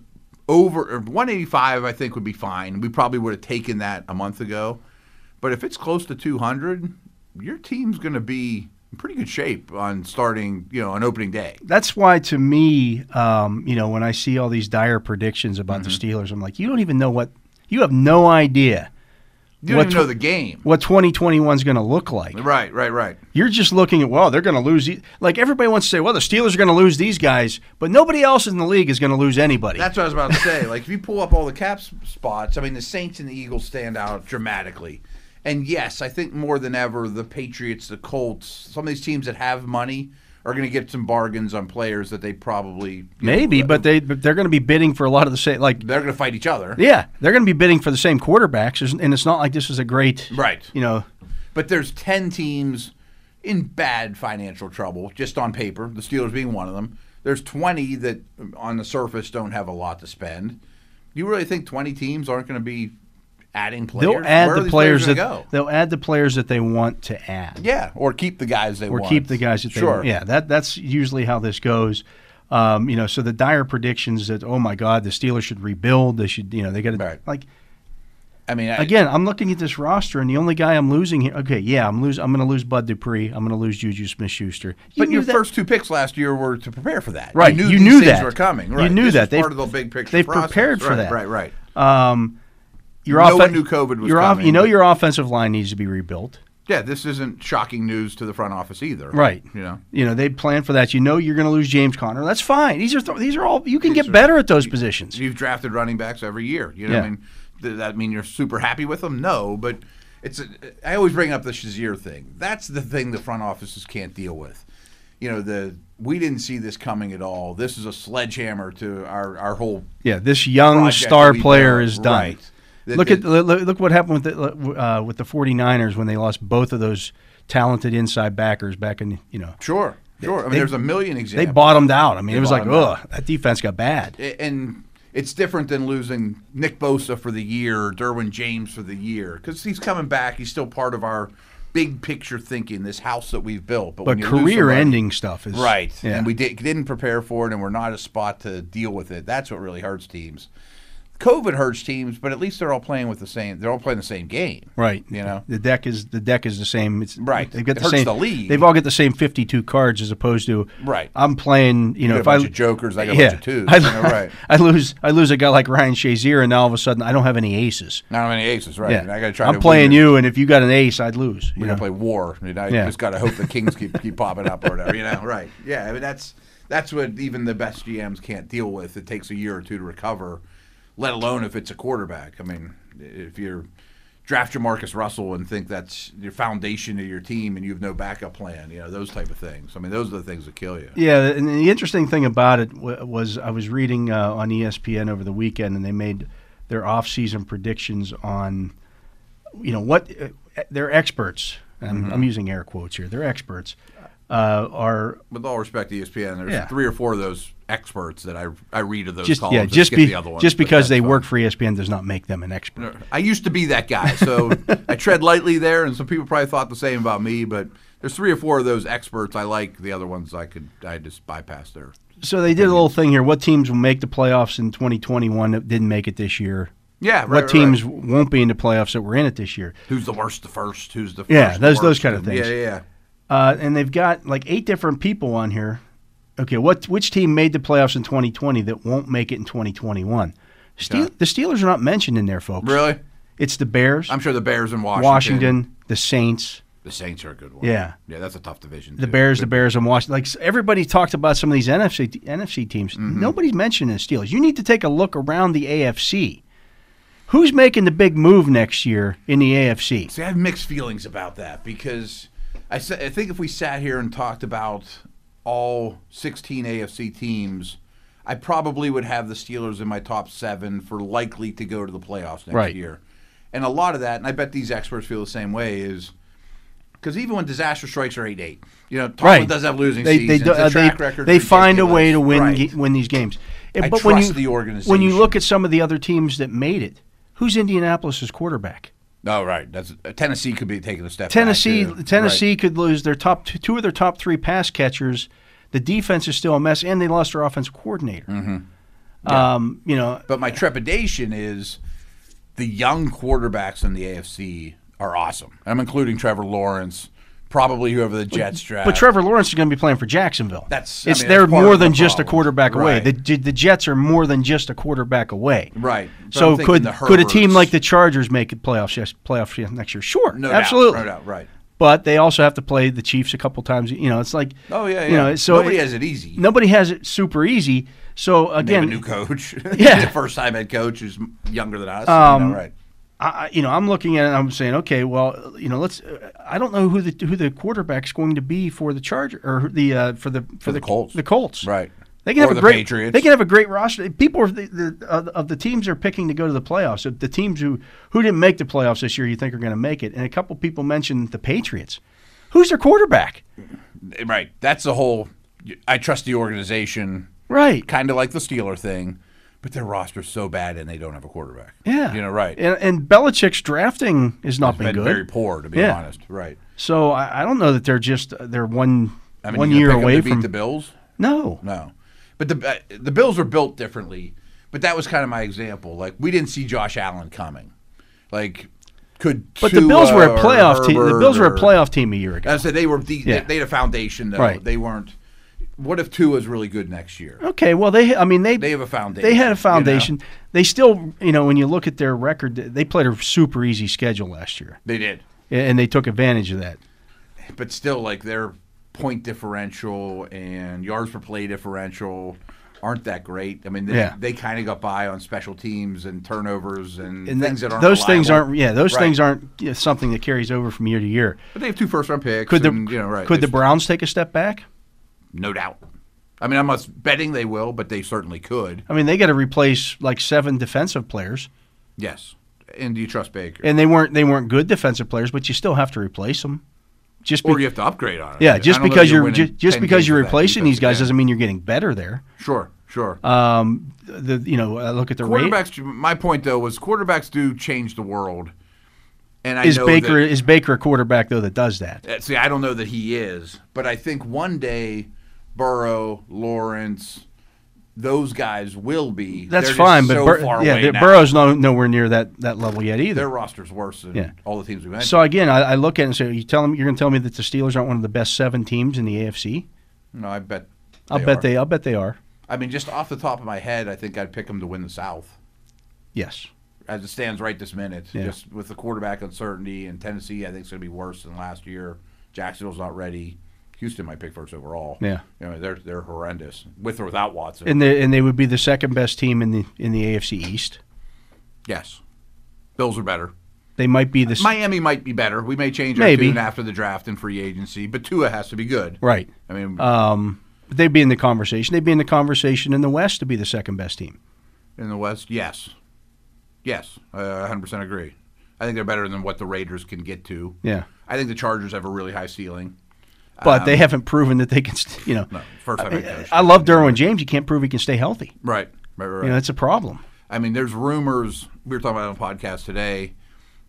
[SPEAKER 2] over or 185, I think would be fine. We probably would have taken that a month ago. But if it's close to 200, your team's going to be in pretty good shape on starting, you know, on opening day.
[SPEAKER 1] That's why, to me, um, you know, when I see all these dire predictions about the
[SPEAKER 2] Mm-hmm.
[SPEAKER 1] Steelers, I'm like, you don't even know what you have no idea
[SPEAKER 2] You don't
[SPEAKER 1] What
[SPEAKER 2] even know
[SPEAKER 1] tw-
[SPEAKER 2] the game.
[SPEAKER 1] what 2021 is going to look like.
[SPEAKER 2] Right, right, right.
[SPEAKER 1] You're just looking at, well, they're going to lose. The-. Like everybody wants to say, well, the Steelers are going to lose these guys, but nobody else in the league is going to lose anybody.
[SPEAKER 2] That's what I was about to say. Like if you pull up all the cap s- spots, I mean the Saints and the Eagles stand out dramatically. And yes, I think more than ever the Patriots, the Colts, some of these teams that have money are going to get some bargains on players that they probably you know, uh,
[SPEAKER 1] Maybe, but they but they're going to be bidding for a lot of the same. Like
[SPEAKER 2] they're going to fight each other.
[SPEAKER 1] Yeah, they're going to be bidding for the same quarterbacks, isn't- and it's not like this is a great,
[SPEAKER 2] Right.
[SPEAKER 1] You know,
[SPEAKER 2] But there's 10 teams in bad financial trouble, just on paper, the Steelers being one of them. There's 20 that um, on the surface don't have a lot to spend. you really think 20 teams aren't going to be adding players?
[SPEAKER 1] They'll add
[SPEAKER 2] Where are
[SPEAKER 1] the
[SPEAKER 2] these
[SPEAKER 1] players, that
[SPEAKER 2] gonna go?
[SPEAKER 1] they'll add the players that they want to add.
[SPEAKER 2] Yeah, or keep the guys they
[SPEAKER 1] or
[SPEAKER 2] want.
[SPEAKER 1] keep the guys that they
[SPEAKER 2] sure.
[SPEAKER 1] yeah that that's usually how this goes um, you know so the dire predictions that oh my god the Steelers should rebuild they should you know they got to
[SPEAKER 2] Right.
[SPEAKER 1] like
[SPEAKER 2] I mean, I-
[SPEAKER 1] again I'm looking at this roster and the only guy I'm losing here okay yeah I'm lose I'm going to lose Bud Dupree I'm going to lose Juju Smith-Schuster You
[SPEAKER 2] but your
[SPEAKER 1] knew that-
[SPEAKER 2] first two picks last year were to prepare for that.
[SPEAKER 1] Right,
[SPEAKER 2] You knew
[SPEAKER 1] you
[SPEAKER 2] these
[SPEAKER 1] knew
[SPEAKER 2] things
[SPEAKER 1] that.
[SPEAKER 2] were coming.
[SPEAKER 1] You
[SPEAKER 2] Right.
[SPEAKER 1] knew
[SPEAKER 2] This
[SPEAKER 1] that.
[SPEAKER 2] is
[SPEAKER 1] They've-
[SPEAKER 2] part of the big picture.
[SPEAKER 1] they've
[SPEAKER 2] process.
[SPEAKER 1] prepared for
[SPEAKER 2] Right,
[SPEAKER 1] that.
[SPEAKER 2] Right. Right.
[SPEAKER 1] your
[SPEAKER 2] no one
[SPEAKER 1] offen-
[SPEAKER 2] knew COVID was
[SPEAKER 1] your off-
[SPEAKER 2] coming,
[SPEAKER 1] you know
[SPEAKER 2] but-
[SPEAKER 1] your offensive line needs to be rebuilt
[SPEAKER 2] Yeah, this isn't shocking news to the front office either.
[SPEAKER 1] right
[SPEAKER 2] You know.
[SPEAKER 1] you know they plan for that you know you're going to lose James Conner that's fine these are th- these are all you can get better at those positions
[SPEAKER 2] You've drafted running backs every year. You know, what I
[SPEAKER 1] Yeah.
[SPEAKER 2] mean, does that mean you're super happy with them? No, but it's. A, I always bring up the Shazier thing. That's the thing the front offices can't deal with. You know, the we didn't see this coming at all. This is a sledgehammer to our our whole.
[SPEAKER 1] Yeah, this young
[SPEAKER 2] project
[SPEAKER 1] star
[SPEAKER 2] we
[SPEAKER 1] player
[SPEAKER 2] built,
[SPEAKER 1] is done.
[SPEAKER 2] right. That-
[SPEAKER 1] look at
[SPEAKER 2] that-
[SPEAKER 1] look, look what happened with the uh, with the 49ers when they lost both of those talented inside backers back in, you know.
[SPEAKER 2] Sure, sure. I mean,
[SPEAKER 1] they-
[SPEAKER 2] there's a million examples.
[SPEAKER 1] They bottomed out. I mean,
[SPEAKER 2] They
[SPEAKER 1] it was like,
[SPEAKER 2] bottomed out.
[SPEAKER 1] ugh, that defense got bad.
[SPEAKER 2] A- and it's different than losing Nick Bosa for the year, Derwin James for the year, because he's coming back. He's still part of our big picture thinking, this house that we've built. when
[SPEAKER 1] But
[SPEAKER 2] you lose somebody-
[SPEAKER 1] career-ending stuff is
[SPEAKER 2] right?
[SPEAKER 1] Yeah.
[SPEAKER 2] And we did, didn't prepare for it, and we're not a spot to deal with it. That's what really hurts teams. COVID hurts teams, but at least they're all playing with the same. They're all playing the same game,
[SPEAKER 1] right.
[SPEAKER 2] You know,
[SPEAKER 1] the deck is the deck is the same. It's
[SPEAKER 2] Right.
[SPEAKER 1] They've got
[SPEAKER 2] It
[SPEAKER 1] the
[SPEAKER 2] hurts
[SPEAKER 1] same.
[SPEAKER 2] the league.
[SPEAKER 1] They've all got the same fifty-two cards as opposed to
[SPEAKER 2] Right.
[SPEAKER 1] I'm playing. You, know,
[SPEAKER 2] got a
[SPEAKER 1] if I
[SPEAKER 2] bunch of jokers, I got a
[SPEAKER 1] yeah,
[SPEAKER 2] bunch of twos,
[SPEAKER 1] I,
[SPEAKER 2] you know, right.
[SPEAKER 1] I lose. I lose a guy like Ryan Shazier, and now all of a sudden I don't have any aces.
[SPEAKER 2] not many aces, right? And I got to try.
[SPEAKER 1] I'm
[SPEAKER 2] to
[SPEAKER 1] playing
[SPEAKER 2] win your-
[SPEAKER 1] you, and if you got an ace, I'd lose. You
[SPEAKER 2] We're
[SPEAKER 1] know?
[SPEAKER 2] gonna play war. And I
[SPEAKER 1] Yeah.
[SPEAKER 2] just gotta hope the kings keep keep popping up or whatever. You know, right? Yeah, I mean that's that's what even the best GMs can't deal with. It takes a year or two to recover, let alone if it's a quarterback. I mean, if you're draft your Marcus Russell and think that's your foundation of your team and you have no backup plan, you know those type of things. I mean, those are the things that kill you.
[SPEAKER 1] Yeah, and the interesting thing about it w- was I was reading uh, on ESPN over the weekend, and they made their off-season predictions on, you know, what uh, they're experts. and I'm,
[SPEAKER 2] Mm-hmm.
[SPEAKER 1] I'm using air quotes here. They're experts. Uh, are
[SPEAKER 2] With all respect to E ESPN, there's
[SPEAKER 1] Yeah.
[SPEAKER 2] three or four of those experts that I I read of those
[SPEAKER 1] just
[SPEAKER 2] columns.
[SPEAKER 1] yeah,
[SPEAKER 2] and
[SPEAKER 1] just
[SPEAKER 2] skip
[SPEAKER 1] be,
[SPEAKER 2] the other ones,
[SPEAKER 1] just
[SPEAKER 2] but
[SPEAKER 1] because
[SPEAKER 2] that's
[SPEAKER 1] they
[SPEAKER 2] fine.
[SPEAKER 1] work for E ESPN does not make them an expert.
[SPEAKER 2] I used to be that guy, so I tread lightly there, and some people probably thought the same about me. But there's three or four of those experts I like. The other ones I could I just bypass there.
[SPEAKER 1] So they did a little thing here. What teams will make the playoffs in 2021 that didn't make it this year?
[SPEAKER 2] Yeah, right,
[SPEAKER 1] what
[SPEAKER 2] right,
[SPEAKER 1] teams
[SPEAKER 2] right.
[SPEAKER 1] won't be in the playoffs that were in it this year?
[SPEAKER 2] Who's the worst? The first? Who's the
[SPEAKER 1] Yeah,
[SPEAKER 2] first,
[SPEAKER 1] those-
[SPEAKER 2] the
[SPEAKER 1] those
[SPEAKER 2] worst,
[SPEAKER 1] kind of
[SPEAKER 2] and-
[SPEAKER 1] things.
[SPEAKER 2] Yeah, yeah,
[SPEAKER 1] uh, and they've got like eight different people on here. Okay, what which team made the playoffs in 2020 that won't make it in 2021? Steel,
[SPEAKER 2] Okay.
[SPEAKER 1] The Steelers are not mentioned in there, folks.
[SPEAKER 2] yeah. Really?
[SPEAKER 1] It's the Bears,
[SPEAKER 2] I'm sure the Bears in Washington.
[SPEAKER 1] Washington, the Saints,
[SPEAKER 2] The Saints are a good one.
[SPEAKER 1] Yeah.
[SPEAKER 2] Yeah, that's a tough division.
[SPEAKER 1] the
[SPEAKER 2] too.
[SPEAKER 1] Bears, the Bears, and Washington. Like s- everybody talked about some of these NFC t- NFC teams.
[SPEAKER 2] Mm-hmm.
[SPEAKER 1] Nobody's mentioning the Steelers. You need to take a look around the AFC. Who's making the big move next year in the AFC?
[SPEAKER 2] See, I have mixed feelings about that because I, sa- I think if we sat here and talked about all 16 AFC teams, I probably would have the Steelers in my top seven for likely to go to the playoffs next
[SPEAKER 1] Right.
[SPEAKER 2] year. And a lot of that, and I bet these experts feel the same way, is because even when disaster strikes are 8 8, you know, Tomlin does have losing
[SPEAKER 1] they,
[SPEAKER 2] seasons.
[SPEAKER 1] do-
[SPEAKER 2] the
[SPEAKER 1] uh,
[SPEAKER 2] track
[SPEAKER 1] they,
[SPEAKER 2] record's
[SPEAKER 1] they find a
[SPEAKER 2] ridiculous.
[SPEAKER 1] way to win
[SPEAKER 2] Right.
[SPEAKER 1] ge- win these games. Eh,
[SPEAKER 2] I
[SPEAKER 1] when
[SPEAKER 2] trust
[SPEAKER 1] you
[SPEAKER 2] the
[SPEAKER 1] when you
[SPEAKER 2] organization.
[SPEAKER 1] look at some of the other teams that made it, who's Indianapolis's quarterback?
[SPEAKER 2] No, Oh, right. That's Tennessee could be taking a step. back,
[SPEAKER 1] Tennessee
[SPEAKER 2] too.
[SPEAKER 1] Tennessee could lose their top two, two of their top three pass catchers. The defense is still a mess, and they lost their offensive coordinator.
[SPEAKER 2] Mm-hmm.
[SPEAKER 1] Um, you know,
[SPEAKER 2] But my trepidation is the young quarterbacks in the AFC are awesome. I'm including Trevor Lawrence, probably whoever the Jets draft.
[SPEAKER 1] but Trevor Lawrence is going to be playing for Jacksonville.
[SPEAKER 2] That's- I
[SPEAKER 1] it's
[SPEAKER 2] mean,
[SPEAKER 1] they're
[SPEAKER 2] that's part
[SPEAKER 1] more
[SPEAKER 2] of the
[SPEAKER 1] than just a
[SPEAKER 2] problem.
[SPEAKER 1] quarterback away.
[SPEAKER 2] Right.
[SPEAKER 1] The, J- the Jets are more than just a quarterback away.
[SPEAKER 2] right. But I'm
[SPEAKER 1] So
[SPEAKER 2] thinking
[SPEAKER 1] could
[SPEAKER 2] the
[SPEAKER 1] could a team
[SPEAKER 2] Herberts-
[SPEAKER 1] like the Chargers make it playoffs yes, playoffs yes, next year? Sure,
[SPEAKER 2] no doubt,
[SPEAKER 1] absolutely.
[SPEAKER 2] no doubt, right?
[SPEAKER 1] but they also have to play the Chiefs a couple times. You know, it's like
[SPEAKER 2] Oh yeah, yeah.
[SPEAKER 1] you know, so
[SPEAKER 2] nobody
[SPEAKER 1] it-
[SPEAKER 2] has it easy.
[SPEAKER 1] Nobody has it super easy. So
[SPEAKER 2] They have a
[SPEAKER 1] again,
[SPEAKER 2] new coach.
[SPEAKER 1] Yeah.
[SPEAKER 2] the first time head coach who's younger than us. you
[SPEAKER 1] Um,
[SPEAKER 2] know, right.
[SPEAKER 1] I, I- you know, I'm looking at it. and I'm saying, okay, well, you know, let's. uh, I don't know who the who the quarterback's going to be for the Charger or the uh, for the for,
[SPEAKER 2] the Colts.
[SPEAKER 1] The Colts,
[SPEAKER 2] Right.
[SPEAKER 1] They can
[SPEAKER 2] Or
[SPEAKER 1] have a
[SPEAKER 2] the
[SPEAKER 1] great.
[SPEAKER 2] Patriots.
[SPEAKER 1] They can have a great roster. People are the, the, of- of the teams they're picking to go to the playoffs. If the teams who who didn't make the playoffs this year, you think are going to make it? And a couple people mentioned the Patriots. Who's their quarterback?
[SPEAKER 2] Right. That's the whole. I trust the organization.
[SPEAKER 1] Right.
[SPEAKER 2] kind of like the Steeler thing. But their roster's so bad, and they don't have a quarterback.
[SPEAKER 1] Yeah,
[SPEAKER 2] you know, right?
[SPEAKER 1] And, and Belichick's drafting has not been
[SPEAKER 2] been
[SPEAKER 1] good.
[SPEAKER 2] very poor, to be
[SPEAKER 1] Yeah.
[SPEAKER 2] honest. Right?
[SPEAKER 1] so I, I don't know that they're just uh, they're one
[SPEAKER 2] I mean,
[SPEAKER 1] one
[SPEAKER 2] you
[SPEAKER 1] year
[SPEAKER 2] pick 'em
[SPEAKER 1] away
[SPEAKER 2] to beat
[SPEAKER 1] from
[SPEAKER 2] the Bills.
[SPEAKER 1] no.
[SPEAKER 2] No, but the uh, the Bills are built differently. But that was kind of my example. Like we didn't see Josh Allen coming. Like could
[SPEAKER 1] But the Bills were a
[SPEAKER 2] Tua or
[SPEAKER 1] playoff team. The Bills were a
[SPEAKER 2] Herbert or-
[SPEAKER 1] playoff team a year ago.
[SPEAKER 2] I said they were the,
[SPEAKER 1] Yeah.
[SPEAKER 2] they, had a foundation though.
[SPEAKER 1] Right.
[SPEAKER 2] They weren't. What if two is really good next year?
[SPEAKER 1] Okay, well they I mean they
[SPEAKER 2] They have a foundation.
[SPEAKER 1] They had
[SPEAKER 2] you know?
[SPEAKER 1] a foundation. They still, you know, when you look at their record, they played a super easy schedule last year,
[SPEAKER 2] They did,
[SPEAKER 1] and they took advantage of that.
[SPEAKER 2] but still, like their point differential and yards per play differential aren't that great. I mean, they,
[SPEAKER 1] Yeah.
[SPEAKER 2] they kind of got by on special teams and turnovers and,
[SPEAKER 1] And
[SPEAKER 2] things that aren't
[SPEAKER 1] those things
[SPEAKER 2] reliable.
[SPEAKER 1] aren't. Yeah, those
[SPEAKER 2] Right.
[SPEAKER 1] things aren't you know, something that carries over from year to year.
[SPEAKER 2] But they have two first round picks.
[SPEAKER 1] Could the
[SPEAKER 2] and, you know right?
[SPEAKER 1] could the
[SPEAKER 2] They-
[SPEAKER 1] Browns take a step back?
[SPEAKER 2] no doubt? I mean, I'm not betting they will, but they certainly could.
[SPEAKER 1] I mean, they got to replace like seven defensive players,
[SPEAKER 2] Yes. And do you trust Baker?
[SPEAKER 1] and they weren't they weren't good defensive players, but you still have to replace them. Just be-
[SPEAKER 2] or you have to upgrade on it. I
[SPEAKER 1] yeah, just
[SPEAKER 2] don't know
[SPEAKER 1] because
[SPEAKER 2] that
[SPEAKER 1] you're
[SPEAKER 2] winning
[SPEAKER 1] just, just
[SPEAKER 2] 10
[SPEAKER 1] because
[SPEAKER 2] games
[SPEAKER 1] you're
[SPEAKER 2] with that
[SPEAKER 1] replacing
[SPEAKER 2] defense.
[SPEAKER 1] these guys
[SPEAKER 2] Yeah.
[SPEAKER 1] doesn't mean you're getting better there.
[SPEAKER 2] Sure, sure.
[SPEAKER 1] Um, the you know uh, look at the rate.
[SPEAKER 2] quarterbacks. My point though was quarterbacks do change the world, and I
[SPEAKER 1] Is
[SPEAKER 2] know
[SPEAKER 1] Baker
[SPEAKER 2] That,
[SPEAKER 1] is Baker a quarterback though that does that?
[SPEAKER 2] uh, see, I don't know that he is, but I think one day, Burrow, Lawrence, those guys will be.
[SPEAKER 1] That's
[SPEAKER 2] They're just
[SPEAKER 1] fine, but
[SPEAKER 2] so
[SPEAKER 1] Bur-
[SPEAKER 2] far
[SPEAKER 1] yeah,
[SPEAKER 2] away
[SPEAKER 1] the-
[SPEAKER 2] now.
[SPEAKER 1] Burrow's no, nowhere near that, that level yet either.
[SPEAKER 2] Their roster's worse than
[SPEAKER 1] Yeah.
[SPEAKER 2] all the teams we mentioned.
[SPEAKER 1] so again, I, I look at it and say, you tell 'em- you're going to tell me that the Steelers aren't one of the best seven teams in the AFC.
[SPEAKER 2] no, I bet.
[SPEAKER 1] I'll bet
[SPEAKER 2] are.
[SPEAKER 1] they. I'll bet they are.
[SPEAKER 2] I mean, just off the top of my head, I think I'd pick them to win the South.
[SPEAKER 1] Yes.
[SPEAKER 2] as it stands right this minute,
[SPEAKER 1] Yeah.
[SPEAKER 2] just with the quarterback uncertainty and Tennessee, I think it's going to be worse than last year. Jacksonville's not ready. Houston might pick first overall.
[SPEAKER 1] Yeah.
[SPEAKER 2] you know they're they're horrendous with or without Watson.
[SPEAKER 1] And they and they would be the second best team in the in the AFC East.
[SPEAKER 2] yes, Bills are better.
[SPEAKER 1] They might be the s-
[SPEAKER 2] Miami might be better. We may change our
[SPEAKER 1] Maybe.
[SPEAKER 2] tune after the draft and free agency, but Tua has to be good.
[SPEAKER 1] right.
[SPEAKER 2] I mean,
[SPEAKER 1] Um, but they'd be in the conversation. They'd be in the conversation in the West to be the second best team.
[SPEAKER 2] in the West, yes, yes, I uh, 100% agree. I think they're better than what the Raiders can get to.
[SPEAKER 1] Yeah.
[SPEAKER 2] I think the Chargers have a really high ceiling.
[SPEAKER 1] But they haven't proven that they can. st- You know,
[SPEAKER 2] Um, No, first time head coach.
[SPEAKER 1] I love Derwin James. You can't prove he can stay healthy.
[SPEAKER 2] Right, right, right. right.
[SPEAKER 1] You know, that's a problem.
[SPEAKER 2] I mean, there's rumors. We were talking about it on a podcast today.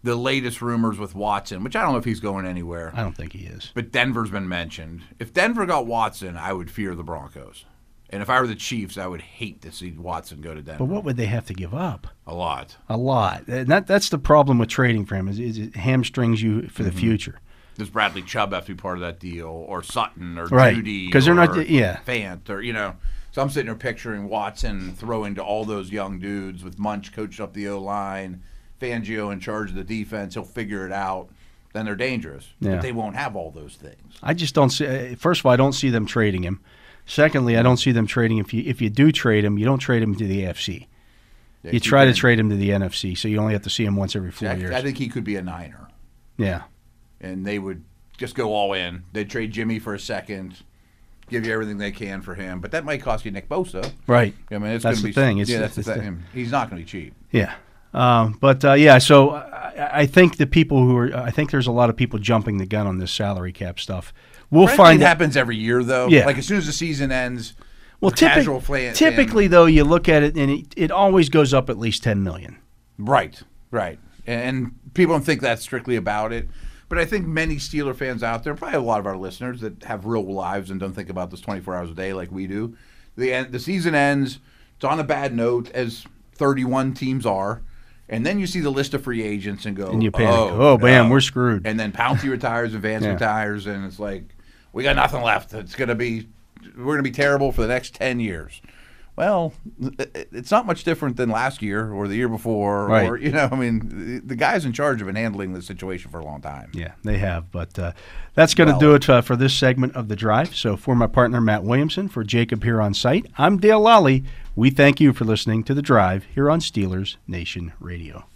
[SPEAKER 2] The latest rumors with Watson, which I don't know if he's going anywhere,
[SPEAKER 1] I don't think he is.
[SPEAKER 2] but Denver's been mentioned. If Denver got Watson, I would fear the Broncos. And if I were the Chiefs, I would hate to see Watson go to Denver.
[SPEAKER 1] But what would they have to give up?
[SPEAKER 2] a lot.
[SPEAKER 1] A lot. And that that's the problem with trading for him is, is it hamstrings you for the
[SPEAKER 2] Mm-hmm.
[SPEAKER 1] future.
[SPEAKER 2] Does Bradley Chubb have to be part of that deal, or Sutton, or
[SPEAKER 1] Right.
[SPEAKER 2] Judy,
[SPEAKER 1] 'Cause they're not-
[SPEAKER 2] or
[SPEAKER 1] yeah.
[SPEAKER 2] Fant, or you know? So I'm sitting there picturing Watson throwing to all those young dudes with Munch coached up the O line, Fangio in charge of the defense. He'll figure it out. Then they're dangerous,
[SPEAKER 1] Yeah.
[SPEAKER 2] but they won't have all those things.
[SPEAKER 1] I just don't see. uh, First of all, I don't see them trading him. Secondly, I don't see them trading. If you if you do trade him, you don't trade him to the AFC.
[SPEAKER 2] They
[SPEAKER 1] You
[SPEAKER 2] keep
[SPEAKER 1] try to
[SPEAKER 2] getting-
[SPEAKER 1] trade him to the NFC, so you only have to see him once every four years.
[SPEAKER 2] I, I think he could be a Niner,
[SPEAKER 1] yeah,
[SPEAKER 2] and they would just go all in. They'd trade Jimmy for a second, give you everything they can for him, but that might cost you Nick Bosa.
[SPEAKER 1] right.
[SPEAKER 2] I mean, it's
[SPEAKER 1] That's
[SPEAKER 2] gonna
[SPEAKER 1] the
[SPEAKER 2] be,
[SPEAKER 1] thing. It's-
[SPEAKER 2] yeah, that's the
[SPEAKER 1] it's-
[SPEAKER 2] thing. He's not going to be cheap.
[SPEAKER 1] Yeah, um, but uh, yeah. So I, I think the people who are, I think there's a lot of people jumping the gun on this salary cap stuff. We'll
[SPEAKER 2] Frankly,
[SPEAKER 1] find
[SPEAKER 2] it
[SPEAKER 1] out.
[SPEAKER 2] happens every year though.
[SPEAKER 1] Yeah.
[SPEAKER 2] Like as soon as the season ends,
[SPEAKER 1] Well,
[SPEAKER 2] the
[SPEAKER 1] typic-
[SPEAKER 2] casual fan,
[SPEAKER 1] typically though, you look at it and it, it always goes up at least ten million.
[SPEAKER 2] fan- right, right, and people don't think that's strictly about it. But I think many Steeler fans out there, probably a lot of our listeners that have real lives and don't think about this 24 hours a day like we do. The end, the season ends. It's on a bad note, as 31 teams are, and then you see the list of free agents and go,
[SPEAKER 1] And you panic.
[SPEAKER 2] Oh,
[SPEAKER 1] Oh, bam,
[SPEAKER 2] no."
[SPEAKER 1] we're screwed.
[SPEAKER 2] And then Pouncey retires and Vance
[SPEAKER 1] Yeah.
[SPEAKER 2] retires, and it's like we got nothing left. It's gonna be we're gonna be terrible for the next ten years. Well, i- i- it's not much different than last year or the year before, or
[SPEAKER 1] Right.
[SPEAKER 2] you know, I mean, the- the guys in charge have been handling this situation for a long time.
[SPEAKER 1] Yeah, they have. But uh, that's going to
[SPEAKER 2] Well-
[SPEAKER 1] do it uh, for this segment of the drive. So for my partner Matt Williamson, for Jacob here on site, I'm Dale Lally. We thank you for listening to the drive here on Steelers Nation Radio.